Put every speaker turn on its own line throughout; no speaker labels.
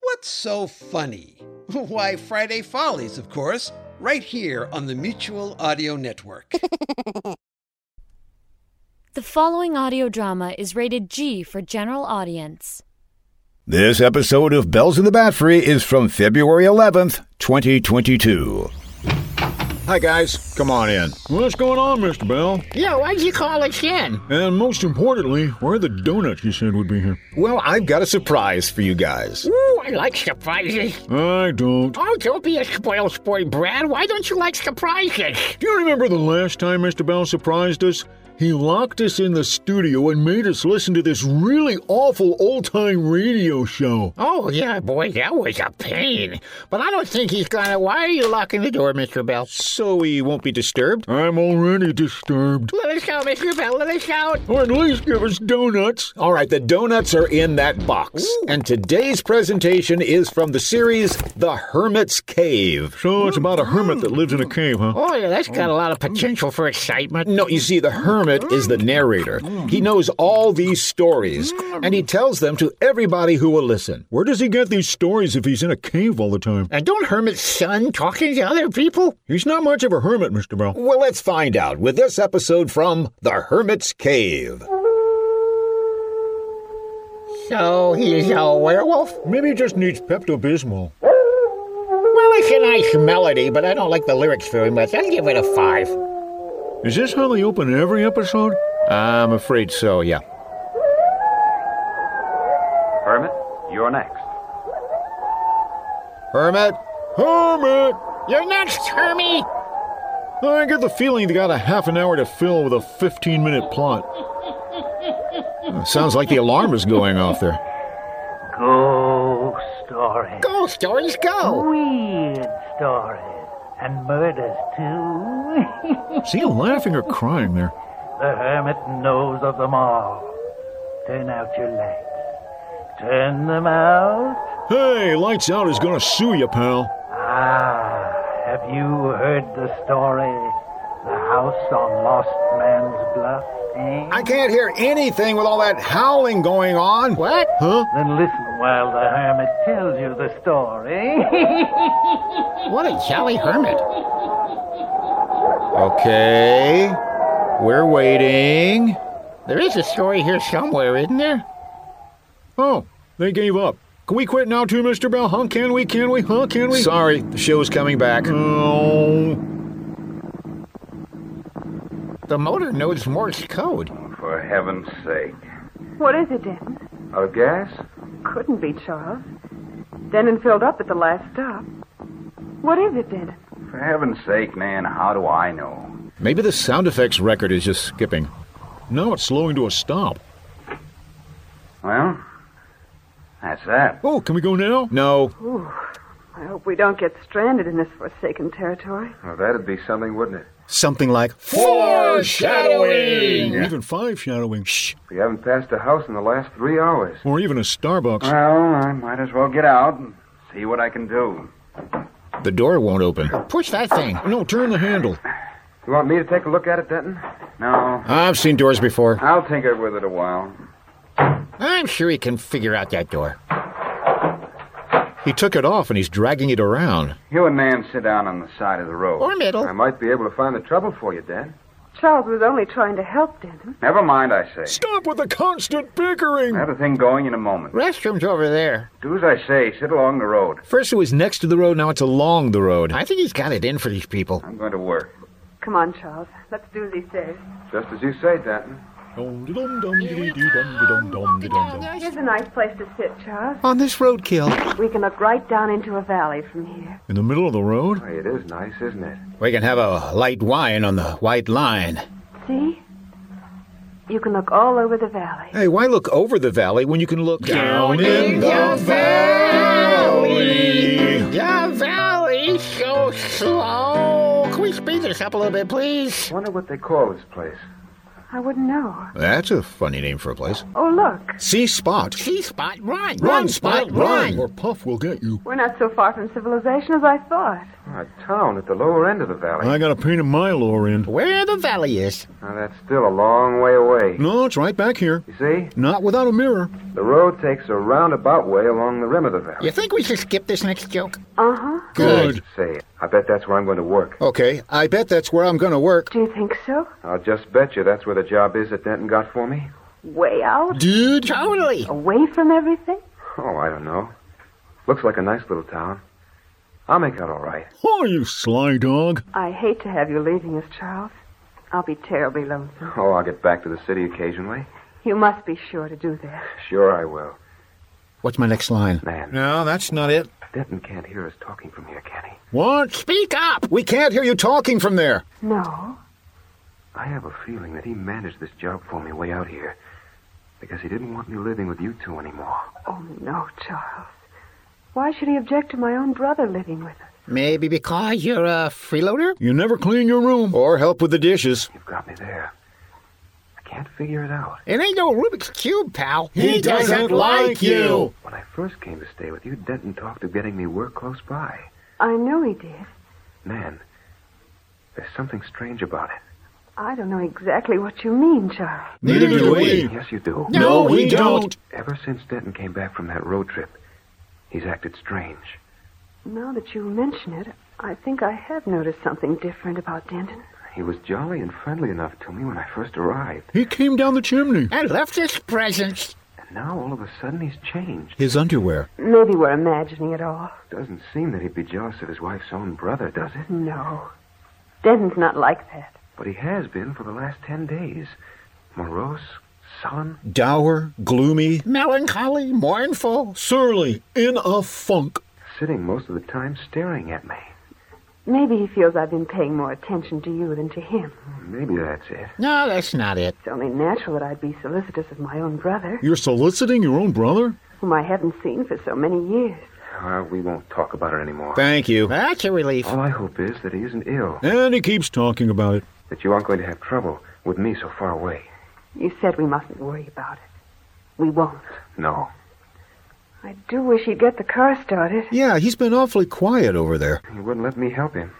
What's so funny? Why, Friday Follies, of course, right here on the Mutual Audio Network.
The following audio drama is rated G for general audience.
This episode of Bells in the Bat Free is from February 11th, 2022. Hi, guys. Come on in.
What's going on, Mr. Bell?
Yeah, why'd you call us in?
And most importantly, where are the donuts you said would be here?
Well, I've got a surprise for you guys.
Ooh, I like surprises.
I don't.
Oh, don't be a spoil sport, Brad. Why don't you like surprises?
Do you remember the last time Mr. Bell surprised us? He locked us in the studio and made us listen to this really awful old time radio show.
Oh, yeah, boy, that was a pain. But I don't think he's gonna. Why are you locking the door, Mr. Bell?
So we won't be disturbed?
I'm already disturbed.
Let us out, Mr. Bell. Let us out.
Or at least give us donuts.
All right, the donuts are in that box. And today's presentation is from the series The Hermit's Cave.
So it's about a hermit that lives in a cave, huh?
Oh, yeah, that's got a lot of potential for excitement.
No, you see, the hermit is the narrator. He knows all these stories, and he tells them to everybody who will listen.
Where does he get these stories if he's in a cave all the time?
And don't Hermit's son talking to other people?
He's not much of a hermit, Mr. Bell.
Well, let's find out with this episode from The Hermit's Cave.
So he's a werewolf?
Maybe he just needs Pepto Bismol.
Well, it's a nice melody, but I don't like the lyrics very much. I'll give it a five.
Is this how they open every episode?
I'm afraid so, yeah.
Hermit, you're next.
Hermit?
Hermit!
You're next, Hermie!
I get the feeling they got a half an hour to fill with a 15 minute plot.
Sounds like the alarm is going off there.
Ghost stories.
Ghost stories go!
Weird stories. And murders, too.
Is he laughing or crying there?
the hermit knows of them all. Turn out your lights. Turn them out.
Hey, Lights Out is gonna sue you, pal.
Ah, have you heard the story? The house on Lost Man's Bluff, eh?
I can't hear anything with all that howling going on.
What?
Huh?
Then listen while the hermit tells you the story.
What a jolly hermit.
Okay. We're waiting.
There is a story here somewhere, isn't there?
Oh, they gave up. Can we quit now, too, Mr. Bell? Huh? Can we? Can we? Huh? Can we?
Sorry, the show's coming back.
Oh.
The motor knows Morse code.
For heaven's sake.
What is it, Denton?
A gas?
Couldn't be, Charles. Denon filled up at the last stop. What is it, Denon?
For heaven's sake, man, how do I know?
Maybe the sound effects record is just skipping.
Now it's slowing to a stop.
Well, that's that.
Oh, can we go now?
No.
I hope we don't get stranded in this forsaken territory.
Well, that'd be something, wouldn't it?
Something like
Foreshadowing! Even five shadowing. Shh.
We haven't passed a house in the last three hours.
Or even a Starbucks.
Well, I might as well get out and see what I can do.
The door won't open.
Push that thing.
No, turn the handle.
You want me to take a look at it, Denton? No.
I've seen doors before.
I'll tinker with it a while.
I'm sure he can figure out that door.
He took it off and he's dragging it around.
You and Nan sit down on the side of the road.
Or middle.
I might be able to find the trouble for you, Dad.
Charles was only trying to help Denon.
Never mind, I say.
Stop with the constant bickering.
I have a thing going in a moment.
Restroom's over there.
Do as I say, sit along the road.
First it was next to the road, now it's along the road.
I think he's got it in for these people.
I'm going to work.
Come on, Charles. Let's do as he says.
Just as you say, Denton.
Dum-de-dum-dum-de-dee-dum-de-dum-dum.
Here's a nice place to sit, Charles.
On this roadkill.
We can look right down into a valley from here.
In the middle of the road?
Hey, it is nice, isn't it?
We can have a light wine on the white line.
See? You can look all over the valley.
Hey, why look over the valley when you can look down in the valley?
this up a little bit, please?
Wonder what they call this place.
I wouldn't know.
That's a funny name for a place.
Oh, look.
Sea Spot.
Sea Spot, run!
Run, Spot, run!
Or Puff will get you.
We're not so far from civilization as I thought.
A town at the lower end of the valley.
I got a pain in my lower end.
Where the valley is.
Now, that's still a long way away.
No, it's right back here.
You see?
Not without a mirror.
The road takes a roundabout way along the rim of the valley.
You think we should skip this next joke?
Uh huh.
Good.
Say, I bet that's where I'm going to work.
Okay, I bet that's where I'm going to work.
Do you think so?
I'll just bet you that's where the job is that Denton got for me.
Way out?
Dude.
Totally.
Away from everything?
Oh, I don't know. Looks like a nice little town. I'll make out all right.
Oh, you sly dog.
I hate to have you leaving us, Charles. I'll be terribly lonesome.
Oh, I'll get back to the city occasionally.
You must be sure to do that.
Sure, I will.
What's my next line?
Man,
No, that's not it.
Denton can't hear us talking from here, can he?
What?
Speak up!
We can't hear you talking from there.
No.
I have a feeling that he managed this job for me way out here because he didn't want me living with you two anymore.
Oh, no, Charles. Why should he object to my own brother living with us?
Maybe because you're a freeloader?
You never clean your room.
Or help with the dishes.
You've got me there. I can't figure it out.
It ain't no Rubik's Cube, pal.
He doesn't like you.
When I first came to stay with you, Denton talked of getting me work close by.
I know he did.
Man, there's something strange about it.
I don't know exactly what you mean, Charles.
Neither do we.
Yes, you do.
No, we don't.
Ever since Denton came back from that road trip, he's acted strange.
Now that you mention it, I think I have noticed something different about Denton.
He was jolly and friendly enough to me when I first arrived,
He came down the chimney.
I left his presence.
and now all of a sudden he's changed.
His underwear.
Maybe we're imagining it all.
Doesn't seem that he'd be jealous of his wife's own brother, does it?
No. Denton's not like that.
But he has been for the last ten days. Morose, sullen.
Dour, gloomy.
Melancholy, mournful.
Surly. In a funk.
Sitting most of the time staring at me.
Maybe he feels I've been paying more attention to you than to him.
Maybe that's it.
No, that's not it.
It's only natural that I'd be solicitous of my own brother,
You're soliciting your own brother?
whom I haven't seen for so many years.
Uh, we won't talk about it anymore.
Thank you.
That's a relief.
All I hope is that he isn't ill,
And he keeps talking about it.
that you aren't going to have trouble with me so far away.
You said we mustn't worry about it. We won't.
No,
I do wish he'd get the car started.
Yeah, he's been awfully quiet over there.
he wouldn't let me help him.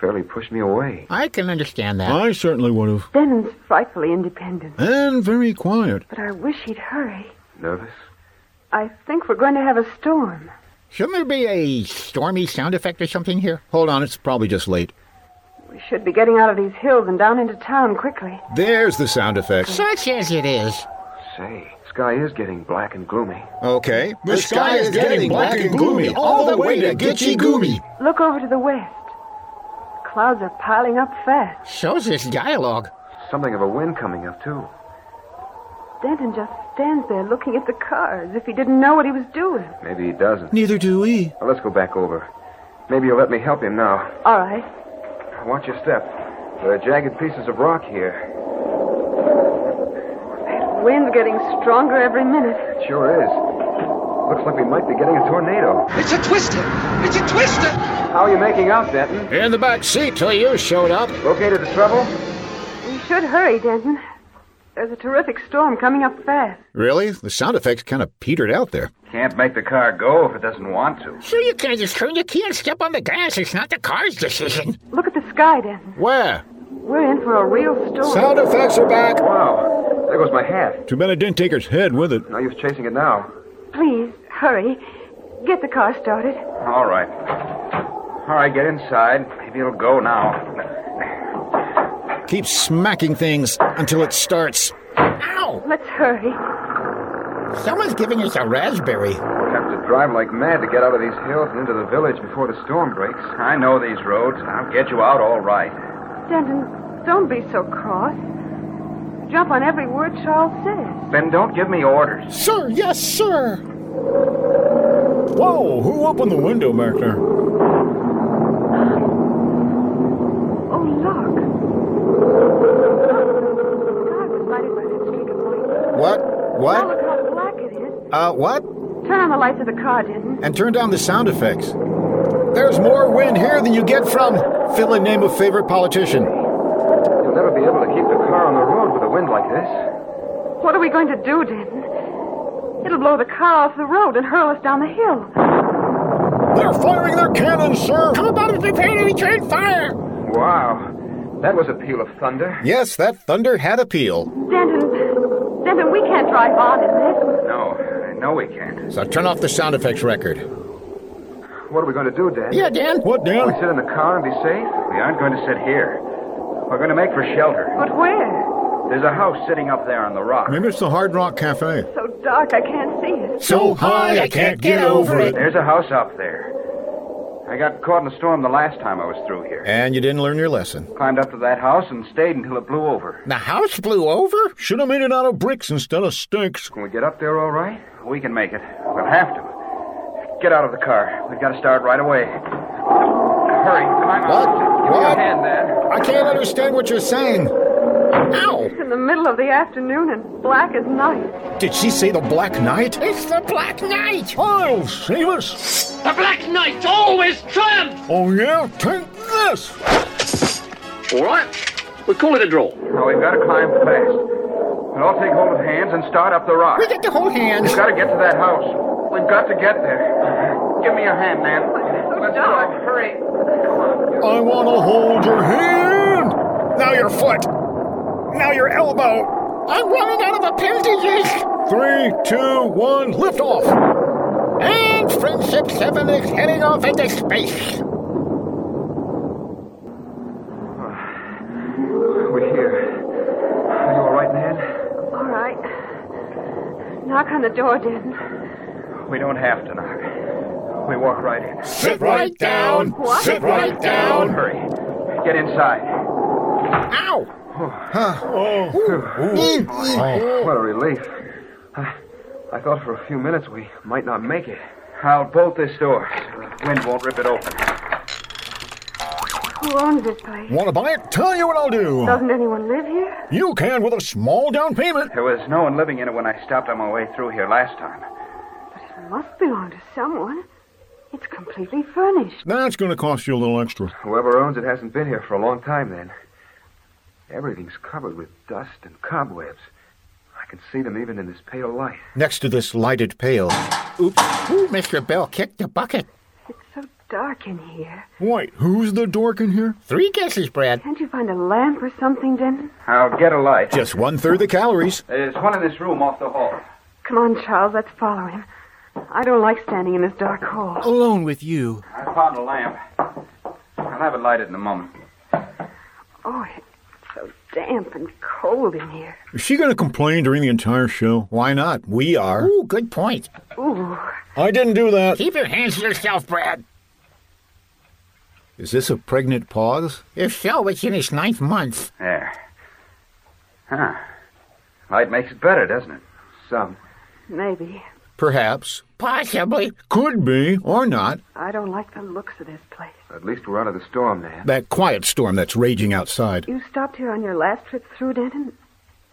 Fairly pushed me away.
I can understand that.
I certainly would have.
Denton's frightfully independent,
And very quiet.
but I wish he'd hurry.
Nervous?
I think we're going to have a storm.
Shouldn't there be a stormy sound effect or something here?
Hold on, it's probably just late.
We should be getting out of these hills and down into town quickly.
There's the sound effects.
Such as it is.
Say, sky is getting black and gloomy.
Okay. The, sky, is getting black and gloomy all the way to Gitchy Goomy.
Look over to the west. Clouds are piling up fast.
Shows this dialogue.
Something of a wind coming up, too.
Denton just stands there looking at the car as if he didn't know what he was doing.
Maybe he doesn't.
Neither do we.
Well, let's go back over. Maybe you'll let me help him now.
All right.
Watch your step. There are jagged pieces of rock here.
That wind's getting stronger every minute.
It sure is. Looks like we might be getting a tornado.
It's a twister! It's a twister!
How are you making out, Denton?
In the back seat till you showed up.
Located the trouble?
We should hurry, Denton. There's a terrific storm coming up fast.
Really? The sound effects kind of petered out there.
Can't make the car go if it doesn't want to.
Sure, you can't just turn the key and step on the gas. It's not the car's decision.
Look at the sky, Denton.
Where?
We're in for a real storm.
Sound effects are back.
Wow, there goes my hat.
Too bad I didn't take his head with it.
No use chasing it now.
Please, hurry. Get the car started.
All right. All right, get inside. Maybe it'll go now.
Keep smacking things until it starts.
Ow!
Let's hurry.
Someone's giving us a raspberry.
We'll have to drive like mad to get out of these hills and into the village before the storm breaks. I know these roads. I'll get you out all right.
Denton, don't be so cross. Jump on every word Charles says.
Then don't give me orders.
Sir, yes, sir.
Whoa, who opened the window back there?
Oh, look. The sky was lighted by that streak of light.
What?
Now
What?
look how black it is.
Uh, what?
Turn on the lights of the car, Denton.
And turn down the sound effects. There's more wind here than you get from. Fill a name of favorite politician.
You'll never be able to keep the car on the road with a wind like this.
What are we going to do, Denton? It'll blow the car off the road and hurl us down the hill.
They're firing their cannon, sir.
How about if we prepare to return fire?
Wow. That was a peal of thunder.
Yes, that thunder had appeal.
Denton, Denton, we can't drive on in this.
No, I know we can't.
So turn off the sound effects record.
What are we going to do, Dan?
Yeah, Dan.
What,
We
Dan?
sit in the car and be safe? We aren't going to sit here. We're going to make for shelter.
But where?
There's a house sitting up there on the rock.
Maybe it's the Hard Rock Cafe.
So dark, I can't see it.
So high I can't get over it.
There's a house up there. I got caught in a storm the last time I was through here.
And you didn't learn your lesson.
Climbed up to that house and stayed until it blew over.
The house blew over?
Should have made it out of bricks instead of sticks.
Can we get up there all right? We can make it. We'll have to. Get out of the car. We've got to start right away. Hurry, climb out.
What?
Give me
What?
a hand, Dad.
I can't understand what you're saying.
Ow!
It's in the middle of the afternoon and black as night.
Did she say the Black Knight?
It's the Black Knight!
I'll save us.
The Black Knight always triumphs!
Oh, yeah? Take this.
All right, we call it a draw.
No, we've got to climb fast. We'll all take hold of hands and start up the rock.
We get to hold hands.
We've got to get to that house. We've got to get there. Give me a hand, Nan. Let's go. Hurry.
I want to hold your hand.
Now your foot. Now your elbow.
I'm running out of appendages!
Three, two, one, lift off.
And Friendship 7 is heading off into space.
We're here. Are you all right, Nan?
All right. Knock on the door, Denton.
We don't have to knock. We walk right in.
Sit right down.
What?
Sit right down.
Hurry. Get inside.
Ow!
What a relief. I, I thought for a few minutes we might not make it. I'll bolt this door. The wind won't rip it open.
Who owns this place?
Want to buy it? Tell you what I'll do.
Doesn't anyone live here?
You can with a small down payment.
There was no one living in it when I stopped on my way through here last time.
It must belong to someone. It's completely furnished.
That's going to cost you a little extra.
Whoever owns it hasn't been here for a long time, then. Everything's covered with dust and cobwebs. I can see them even in this pale light.
Next to this lighted pail.
Oops. Ooh, Mr. Bell kicked the bucket.
It's so dark in here.
Wait, who's the dork in here?
Three guesses, Brad.
Can't you find a lamp or something, Denton?
I'll get a light.
Just one third the calories.
There's one in this room off the hall.
Come on, Charles, let's follow him. I don't like standing in this dark hall.
Alone with you.
I found a lamp. I'll have it lighted in a moment.
Oh, it's so damp and cold in here.
Is she going to complain during the entire show?
Why not? We are.
Ooh, good point.
Ooh,
I didn't do that.
Keep your hands to yourself, Brad.
Is this a pregnant pause?
If so, it's in its ninth month.
There. Huh. Light makes it better, doesn't it? Some.
maybe.
Perhaps.
Possibly.
Could be.
Or not.
I don't like the looks of this place.
At least we're out of the storm now.
That quiet storm that's raging outside.
You stopped here on your last trip through, Denton?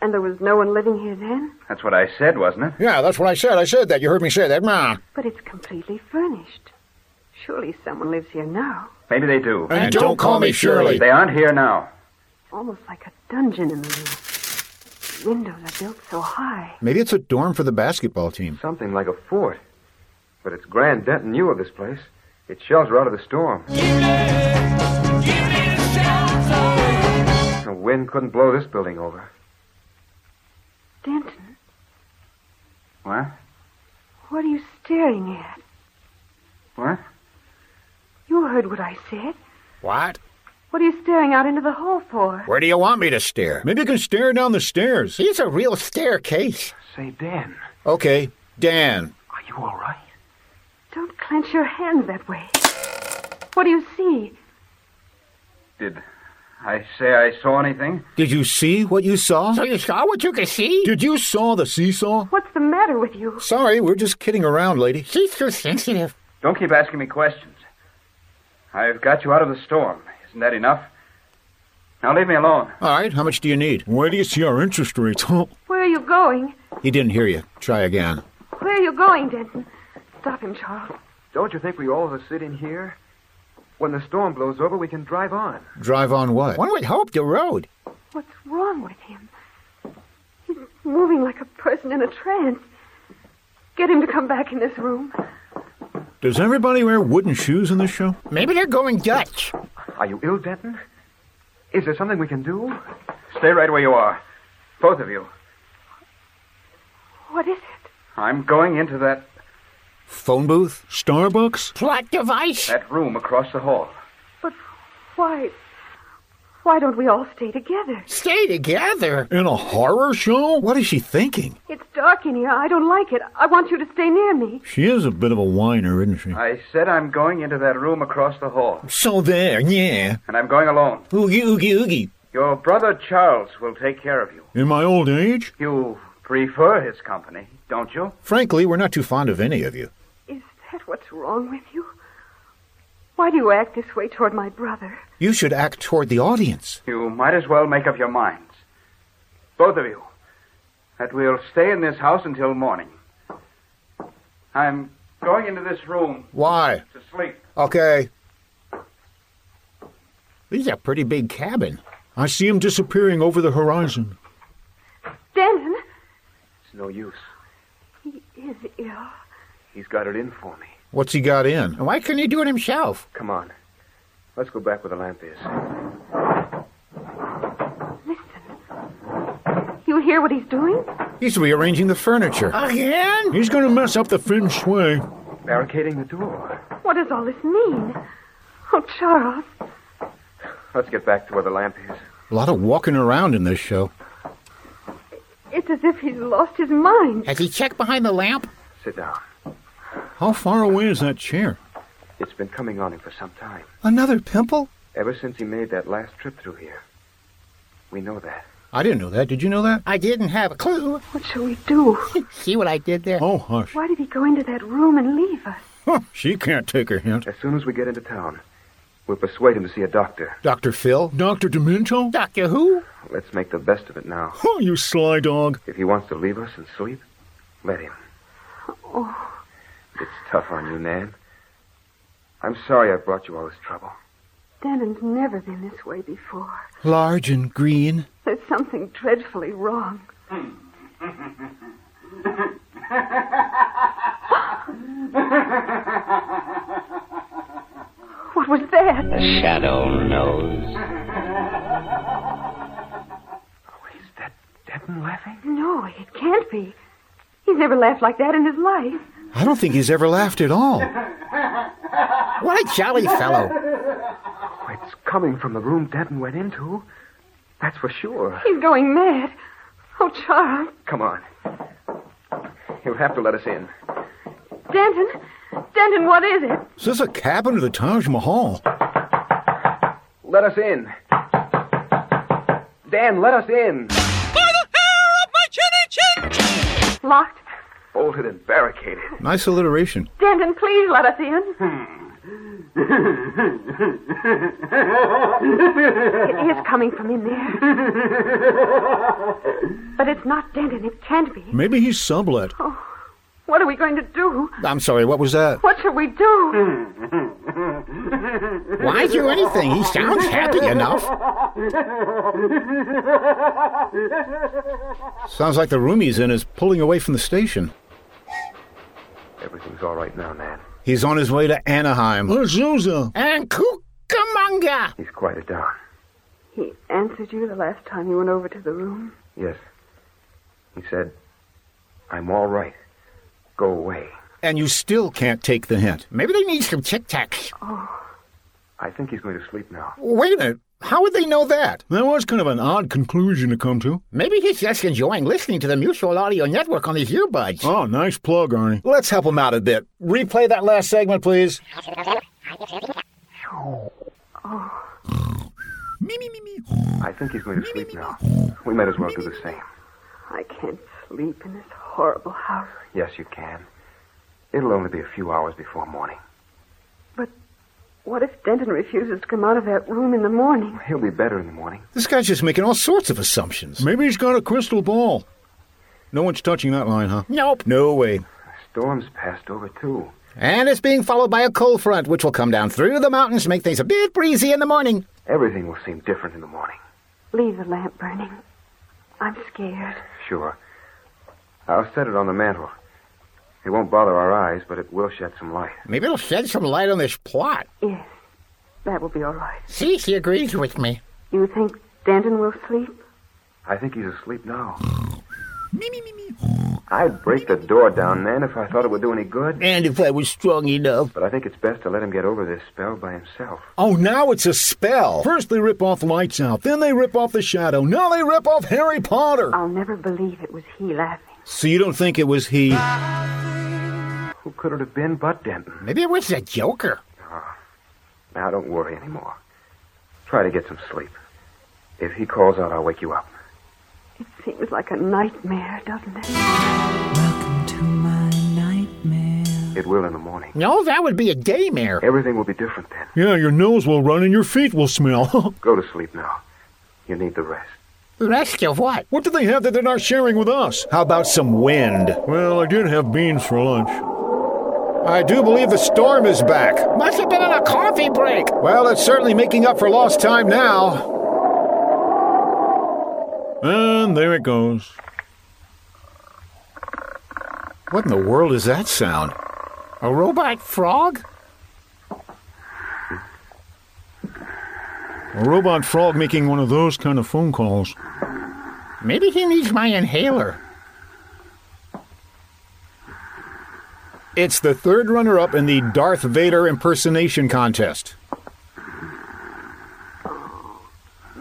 And there was no one living here then?
That's what I said, wasn't it?
Yeah, that's what I said. I said that. You heard me say that. Ma.
But it's completely furnished. Surely someone lives here now.
Maybe they do.
And don't call me Shirley.
They aren't here now.
Almost like a dungeon in the room. The windows are built so high.
Maybe it's a dorm for the basketball team.
Something like a fort. But it's Grand Denton knew of this place. It's shelter out of the storm. The wind couldn't blow this building over.
Denton,
What?
what are you staring at?
What?
You heard what I said.
What?
What are you staring out into the hall for?
Where do you want me to stare?
Maybe you can stare down the stairs.
He's a real staircase.
Say, Dan,
Okay, Dan.
are you all right?
Don't clench your hands that way. What do you see?
Did I say I saw anything?
Did you see what you saw?
So you saw what you could see?
Did you saw the seesaw?
What's the matter with you?
Sorry, we're just kidding around, lady.
She's too sensitive.
Don't keep asking me questions. I've got you out of the storm. Isn't that enough? Now leave me alone.
All right, how much do you need? Oh,
Where do you see our interest rates? Huh?
Where are you going?
He didn't hear you. Try again.
Where are you going, Denton? Stop him, Charles.
Don't you think we all ought to sit in here? When the storm blows over, we can drive on.
Drive on what?
One would hope the road.
What's wrong with him? He's moving like a person in a trance. Get him to come back in this room.
Does everybody wear wooden shoes in this show?
Maybe they're going Dutch.
Are you ill, Denton? Is there something we can do? Stay right where you are. Both of you.
What is it?
I'm going into that.
Phone booth?
Starbucks?
Plot device?
Eh.
That room across the hall.
But why? Why don't we all stay together?
Stay together?
In a horror show?
What is she thinking?
It's dark in here. I don't like it. I want you to stay near me.
She is a bit of a whiner, isn't she?
I said I'm going into that room across the hall.
So there, yeah.
And I'm going alone.
Oogie, oogie, oogie.
Your brother Charles will take care of you.
In my old age?
You prefer his company, don't you?
Frankly, we're not too fond of any of you.
Is that what's wrong with you? Why do you act this way toward my brother?
You should act toward the audience.
You might as well make up your minds. Both of you. That we'll stay in this house until morning. I'm going into this room
Why?
to sleep.
Okay.
This is a pretty big cabin.
I see him disappearing over the horizon.
Denton,
It's no use.
he is ill.
He's got it in for me.
What's he got in?
Why couldn't he do it himself?
Come on. Let's go back where the lamp is.
You hear what he's doing?
He's rearranging the furniture.
Again?
He's gonna mess up the feng shui.
Barricading the door.
What does all this mean? Oh, Charles,
Let's get back to where the lamp is.
A lot of walking around in this show.
it's as if he's lost his mind.
Has he checked behind the lamp?
Sit down.
How far away is that chair?
It's been coming on him for some time.
Another pimple?
Ever since he made that last trip through here. We know that.
I didn't know that. Did you know that?
I didn't have a clue.
What shall we do?
See what I did there?
Oh, hush.
Why did he go into that room and leave us?
Huh, she can't take her hint.
As soon as we get into town, we'll persuade him to see a doctor.
Dr. Phil?
Dr. Demento?
Doctor Who?
Let's make the best of it now.
Oh, you sly dog.
If he wants to leave us and sleep, let him.
Oh,
It's tough on you, Nan. I'm sorry I brought you all this trouble.
Denton's never been this way before.
Large and green.
There's something dreadfully wrong. what was that?
Is that Denton laughing?
No, it can't be. He's never laughed like that in his life.
I don't think he's ever laughed at all.
What a jolly fellow.
It's coming from the room Denton went into. That's for sure.
He's going mad. Oh, Charles.
Come on. He'll have to let us in.
Denton. Denton, what is it?
Is this a cabin or the Taj Mahal?
Let us in. Dan, let us in.
Locked.
Bolted and barricaded.
Nice alliteration.
Denton, please let us in. it is coming from in there. But it's not Denton. It can't be.
Maybe he's sublet.
What are we going to do?
I'm sorry, what was that?
What shall we do?
Why do anything? He sounds happy enough.
Sounds like the room he's in is pulling away from the station.
Everything's all right now, Nan.
He's on his way to Anaheim.
Azusa.
And Cucamonga.
He's quieted down.
He answered you the last time you went over to the room.
Yes. He said, I'm all right. Go away.
And you still can't take the hint.
Maybe they need some Tic Tacs.
I think he's going to sleep now.
Wait a minute. How would they know that?
That was kind of an odd conclusion to come to.
Maybe he's just enjoying listening to the Mutual Audio Network on his earbuds.
Oh, nice plug, Arnie.
Let's help him out a bit. Replay that last segment, please.
I think he's going to sleep now. We might as well do the same.
I can't sleep in this horrible house.
Yes, you can. It'll only be a few hours before morning.
But what if Denton refuses to come out of that room in the morning?
He'll be better in the morning.
This guy's just making all sorts of assumptions.
Maybe he's got a crystal ball. No one's touching that line, huh?
Nope.
No way.
The storm's passed over, too.
And it's being followed by a cold front, which will come down through the mountains to make things a bit breezy in the morning.
Everything will seem different in the morning.
Leave the lamp burning. I'm scared.
Sure. I'll set it on the mantel. It won't bother our eyes, but it will shed some light.
Maybe it'll shed some light on this plot.
Yes, that will be all right.
See, she agrees with me.
You think Denton will sleep?
I think he's asleep now. I'd break the door down then if I thought it would do any good.
And if I was strong enough.
But I think it's best to let him get over this spell by himself.
Oh, now it's a spell.
First they rip off lights out, then they rip off the shadow, now they rip off Harry Potter.
I'll never believe it was he laughing.
So you don't think it was he?
Who could it have been but Denton? Ah,
Maybe it was the Joker.
Now don't worry anymore. Try to get some sleep. If he calls out, I'll wake you up.
It seems like a nightmare, doesn't it?
It will in the morning.
No, that would be a daymare.
Everything will be different then.
Yeah, your nose will run and your feet will smell.
Go to sleep now. You need the rest.
Rest of what?
What do they have that they're not sharing with us?
How about some wind?
Well, I did have beans for lunch.
I do believe the storm is back.
Must have been on a coffee break.
Well, it's certainly making up for lost time now.
And there it goes.
What in the world is that sound?
A robot frog?
A robot frog making one of those kind of phone calls.
Maybe he needs my inhaler.
It's the third runner up in the Darth Vader impersonation contest.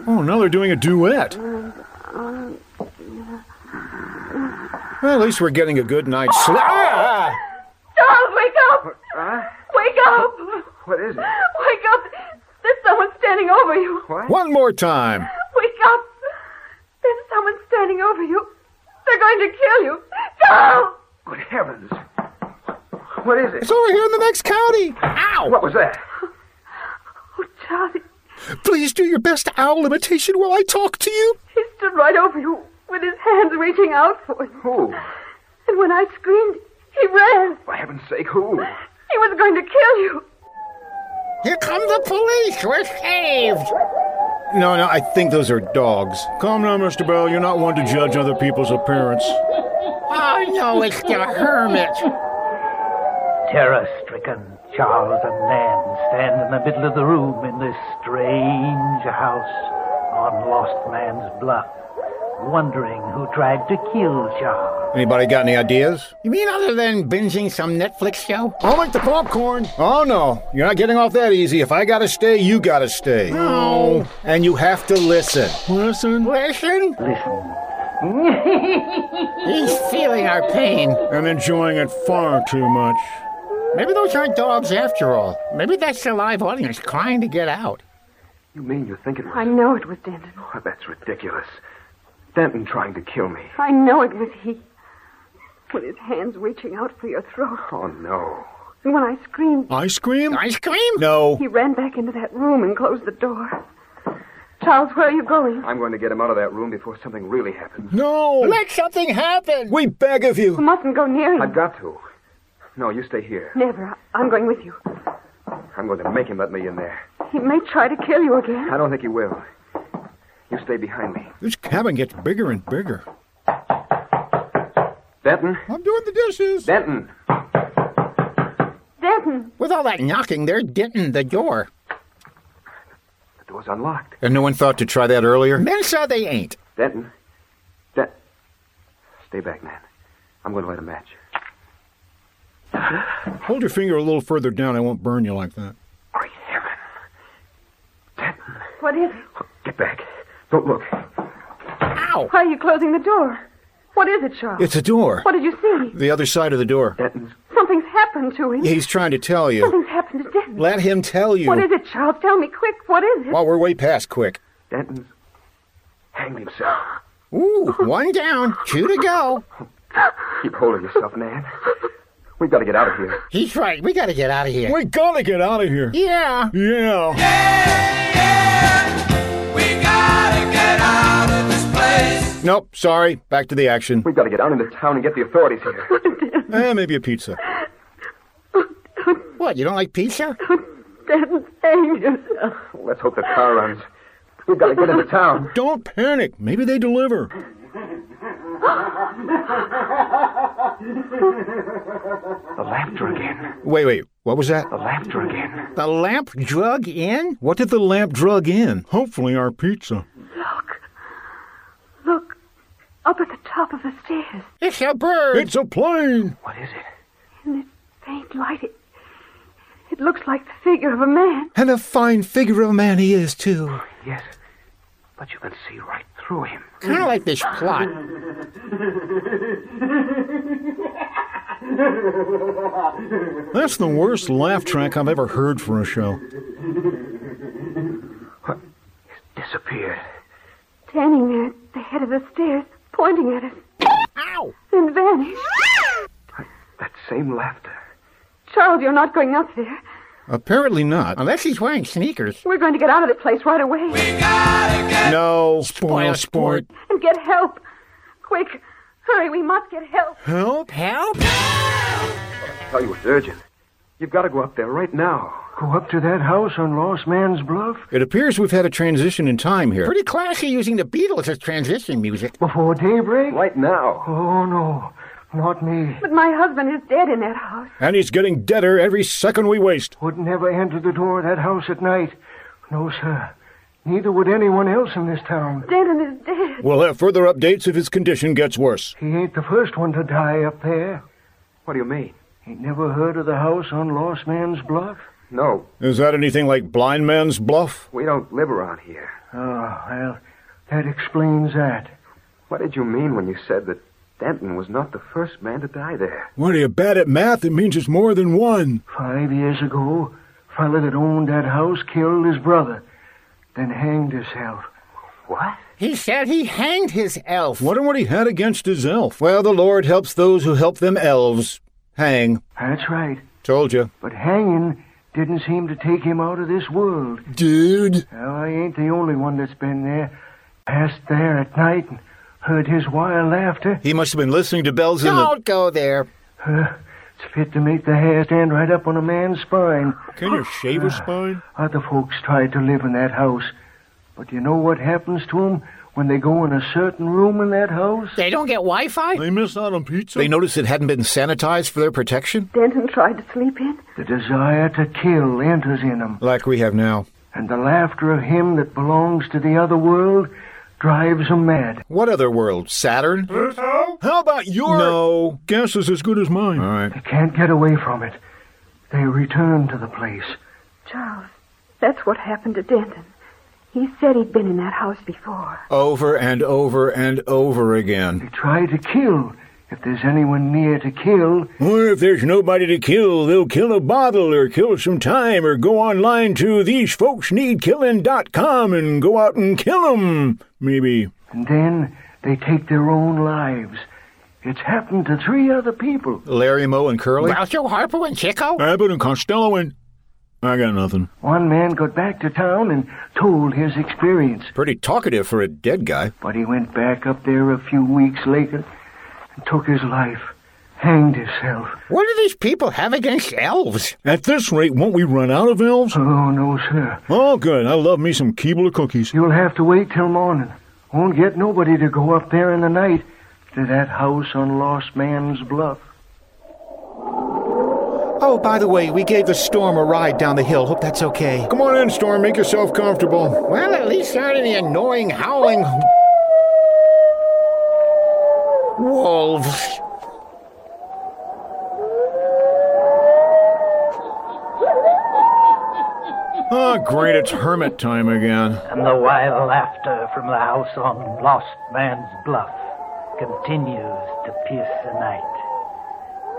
Oh, now they're doing a duet.
Well, at least we're getting a good night's sleep. Ah!
Charles, wake up!
Huh?
Wake up!
What is it?
Wake up! There's someone standing over you.
What?
One more time.
Wake up! There's someone standing over you. They're going to kill you. Charles!
Good heavens. What is it?
It's over here in the next county.
Ow!
What was that?
Oh, Charlie,
Please do your best owl imitation while I talk to you.
he stood right over you with his hands reaching out for you.
Who?
And when I screamed, he ran.
For heaven's sake, who?
He was going to kill you.
Here come the police. We're saved.
No, no, I think those are dogs.
Calm down, Mr. Bell. You're not one to judge other people's appearance.
Oh, no, it's the hermit.
Terror stricken, Charles and Nan stand in the middle of the room in this strange house on Lost Man's Bluff, wondering who tried to kill Charles.
Anybody got any ideas?
You mean other than binging some Netflix show?
I'll make the popcorn.
Oh no, you're not getting off that easy. If I gotta stay, you gotta stay.
No.
And you have to listen.
Listen.
Listen,
Listen,
he's feeling our pain.
And enjoying it far too much.
Maybe those aren't dogs after all. Maybe that's the live audience crying to get out.
You mean you think it was.
I know it was Denton.
Oh, that's ridiculous. Denton trying to kill me.
I know it was he. With his hands reaching out for your throat.
Oh, no.
And when I screamed,
Ice cream?
Ice cream?
No.
he ran back into that room and closed the door. Charles, where are you going?
I'm going to get him out of that room before something really happens.
Mm-hmm. No.
Let something happen.
We beg of
You
you.
mustn't go near him.
I've got to. No, you stay here.
Never. I- I'm going with you.
I'm going to make him let me in there.
He may try to kill you again.
I don't think he will. You stay behind me.
This cabin gets bigger and bigger.
Denton?
I'm doing the dishes.
Denton!
Denton,
With all that knocking, they're denting the door.
The door's unlocked.
And no one thought to try that earlier?
Men saw they ain't.
Denton? Dent. Stay back, man. I'm going to light a match.
Hold your finger a little further down. I won't burn you like that.
Great heaven. Denton,
what is it?
get back. Don't look.
Ow!
Why are you closing the door? What is it, Charles?
It's a door.
What did you see?
The other side of the door.
Denton's.
Something's happened to him.
He's trying to tell you.
Something's happened to Denton.
Let him tell you.
What is it, Charles? Tell me quick. What is it?
Well, we're way past quick.
Denton's. hanged himself.
Ooh, one down, two to go.
Keep hold of yourself, man. We've got to get out of here.
He's right. We gotta get out of here.
We gotta get out of here.
Yeah.
Yeah.
Nope, sorry. Back to the action.
We've got to get out into town and get the authorities here.
Eh, maybe a pizza.
What, you don't like pizza?
Then save yourself.
Let's hope the car runs. We've got to get into town.
Don't panic. Maybe they deliver.
The lamp drug in.
Wait, wait. What was that?
The lamp drug in.
The lamp drug in?
What did the lamp drug in?
Hopefully, our pizza.
Look, up at the top of the stairs,
It's a bird.
It's a plane.
What is it?
in the faint light, it, it looks like the figure of a man.
And a fine figure of a man he is, too.
Yes. But you can see right through him.
kind of like this plot.
That's the worst laugh track I've ever heard for a show.
Disappeared.
Standing there at the head of the stairs, pointing at us,
Ow!
then vanished.
That same laughter.
Charles, you're not going up there.
Apparently not.
Unless he's wearing sneakers.
We're going to get out of the place right away
No.
Spoil sport.
and get help. Quick, hurry, we must get help.
Help?
Help!
tell you it's urgent. You've got to go up there right now. Go up to that house on Lost Man's Bluff?
It appears we've had a transition in time here.
Pretty classy using the Beatles as transition music.
Before daybreak? Right now. Oh, no. Not me.
But my husband is dead in that house.
And he's getting deader every second we waste.
Would never enter the door of that house at night. No, sir. Neither would anyone else in this town.
Denton is dead.
We'll have further updates if his condition gets worse.
He ain't the first one to die up there. What do you mean? Ain't never heard of the house on Lost Man's Bluff? No,
Is that anything like blind man's bluff?
we don't live around here.
Oh,
Ah,
well, that explains that.
What did you mean when you said that Denton was not the first man to die there?
What are you bad at math? It means it's more than one.
Five years ago, fella that owned that house killed his brother, then hanged himself.
What?
He said he hanged his elf.
Wonder what he had against his elf.
Well, the Lord helps those who help them elves. Hang.
That's right.
Told you.
But hanging didn't seem to take him out of this world.
Dude.
Well, I ain't the only one that's been there. Passed there at night and heard his wild laughter.
He must have been listening to bells in the.
Don't go there.
Uh, it's fit to make the hair stand right up on a man's spine.
Can you shave a spine?
Other folks tried to live in that house. But you know what happens to 'em when they go in a certain room in that house?
They don't get Wi Fi?
They miss out on pizza.
They noticed it hadn't been sanitized for their protection?
Denton tried to sleep in.
The desire to kill enters in 'em,
Like we have now.
and the laughter of him that belongs to the other world drives 'em mad.
What other world? Saturn?
How about your
No.
guess is as good as mine?
All right.
They can't get away from it. They return to the place.
Charles, that's what happened to Denton. He said he'd been in that house before.
Over and over and over again.
They try to kill. If there's anyone near to kill,
Or if there's nobody to kill, they'll kill a bottle or kill some time or go online to thesefolksneedkillin.com and go out and kill 'em. Maybe.
and then they take their own lives. It's happened to three other people.
Larry, Moe, and Curly?
Groucho, Harpo, and Chico?
Abbott Uh, and Costello and. I got nothing.
One man got back to town and told his experience,
Pretty talkative for a dead guy.
but he went back up there a few weeks later and took his life, hanged himself.
What do these people have against elves?
At this rate, won't we run out of elves?
Oh, no, sir.
Oh, good. I love me some Keebler cookies.
You'll have to wait till morning. Won't get nobody to go up there in the night to that house on Lost Man's Bluff.
Oh, by the way, we gave the storm a ride down the hill. Hope that's okay.
Come on in, Storm. Make yourself comfortable.
Well, at least there aren't any annoying howling wolves.
Oh, great. It's hermit time again.
And the wild laughter from the house on Lost Man's Bluff continues to pierce the night.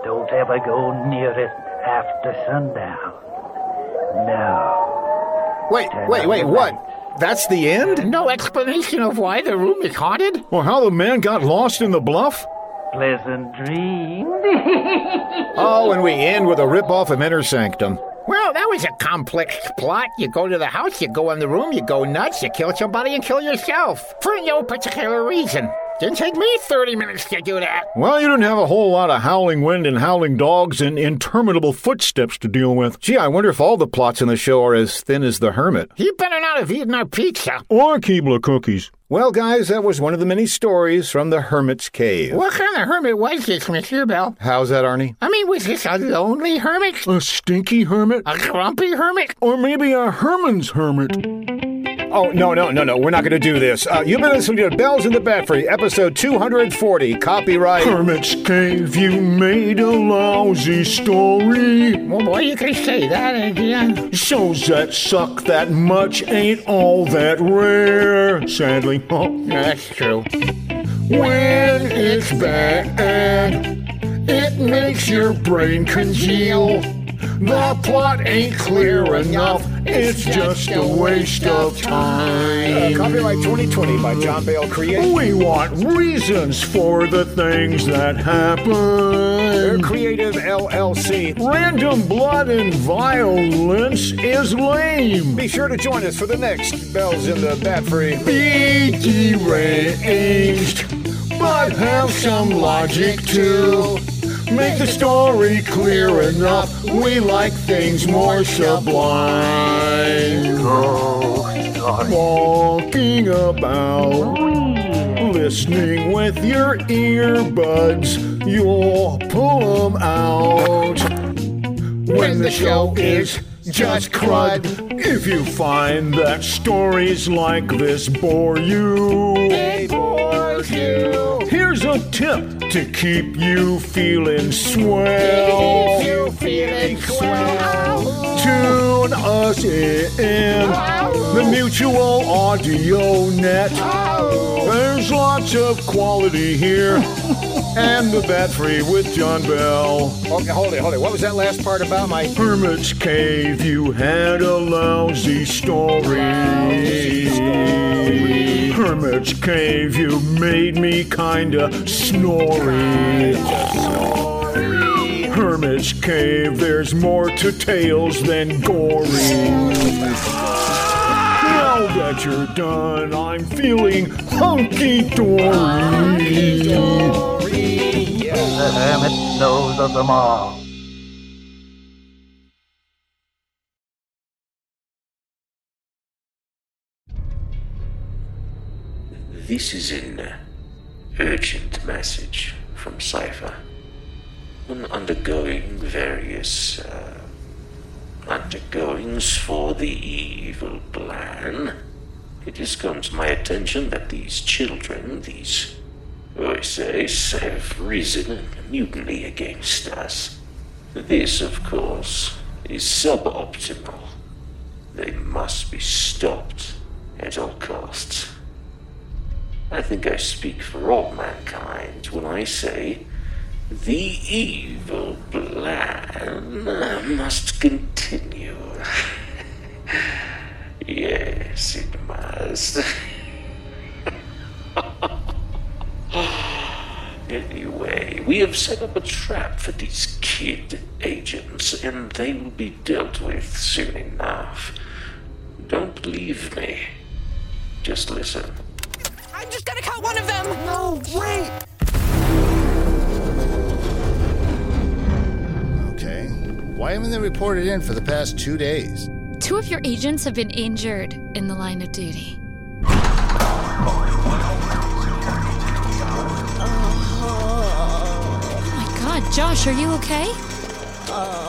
Don't ever go near it after sundown. No.
Wait, wait, wait, what? That's the end?
No explanation of why the room is haunted?
Or how the man got lost in the bluff?
Pleasant dreams.
Oh, and we end with a ripoff of Inner Sanctum.
Well, that was a complex plot. You go to the house, you go in the room, you go nuts, you kill somebody and kill yourself. For no particular reason. Didn't take me 30 minutes to do that.
Well, you didn't have a whole lot of howling wind and howling dogs and interminable footsteps to deal with.
Gee, I wonder if all the plots in the show are as thin as the hermit.
He better not have eaten our pizza.
Or Keebler cookies.
Well, guys, that was one of the many stories from the Hermit's Cave.
What kind of hermit was this, Mr. Bell?
How's that, Arnie?
I mean, was this a lonely hermit?
A stinky hermit?
A grumpy hermit?
Or maybe a Herman's hermit?
Oh, no, no, no, no. We're not going to do this. Uh, you've been listening to Bells in the Battery, episode 240, copyright.
Hermit's Cave, you made a lousy story.
Well, boy, you can say that again.
Shows that suck that much ain't all that rare, sadly.
Oh, that's true.
When it's bad, it makes your brain congeal. The plot ain't clear enough. It's just a waste of time.
Uh, copyright 2020 by John Bale Creation.
We want reasons for the things that happen.
Creative LLC.
Random blood and violence is lame.
Be sure to join us for the next Bells in the Bat Free.
Be deranged, but have some logic too. Make the story clear enough. We like things more sublime. Walking about, listening with your earbuds, you'll pull 'em out. When the show is just crud, if you find that stories like this bore you,
It bores you.
Here's a tip to keep you feeling swell.
Keep you feeling swell.
Tune us in. The Mutual Audio Net. There's lots of quality here. and the Bat Free with John Bell.
Okay, hold it, hold it. What was that last part about, my
Hermit's Cave, you had a lousy story. Hermit's Cave, you made me kinda snory. Hermit's Cave, there's more to tales than gory. Now that you're done, I'm feeling hunky dory.
The hermit knows of them all.
This is an urgent message from Cypher. On undergoing various uh, undergoings for the evil plan, it has come to my attention that these children, these Oises, have risen in mutiny against us. This, of course, is suboptimal. They must be stopped at all costs. I think I speak for all mankind when I say the evil plan must continue. yes, it must. anyway, we have set up a trap for these kid agents, and they will be dealt with soon enough. Don't believe me. Just listen.
I'm just gonna cut one of them!
No, wait!
Okay. Why haven't they reported in for the past two days?
Two of your agents have been injured in the line of duty. Oh my god, Josh, are you okay?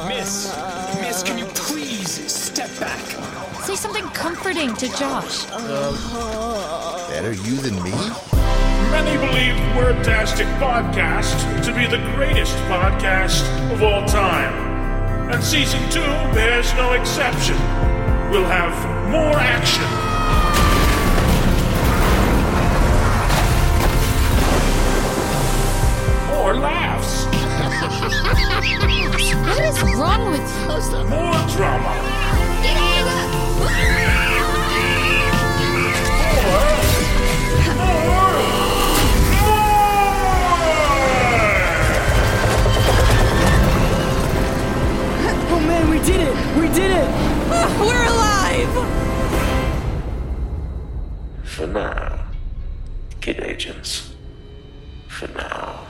Miss, miss, can you please step back?
Say something comforting to Josh.
Better you than me?
Many believe Wordtastic Podcast to be the greatest podcast of all time. And season two bears no exception. We'll have more action. More laughs.
what is wrong with you?
More drama.
Get
Oh man, we did it! We did it!
We're alive!
For now, kid agents, for now.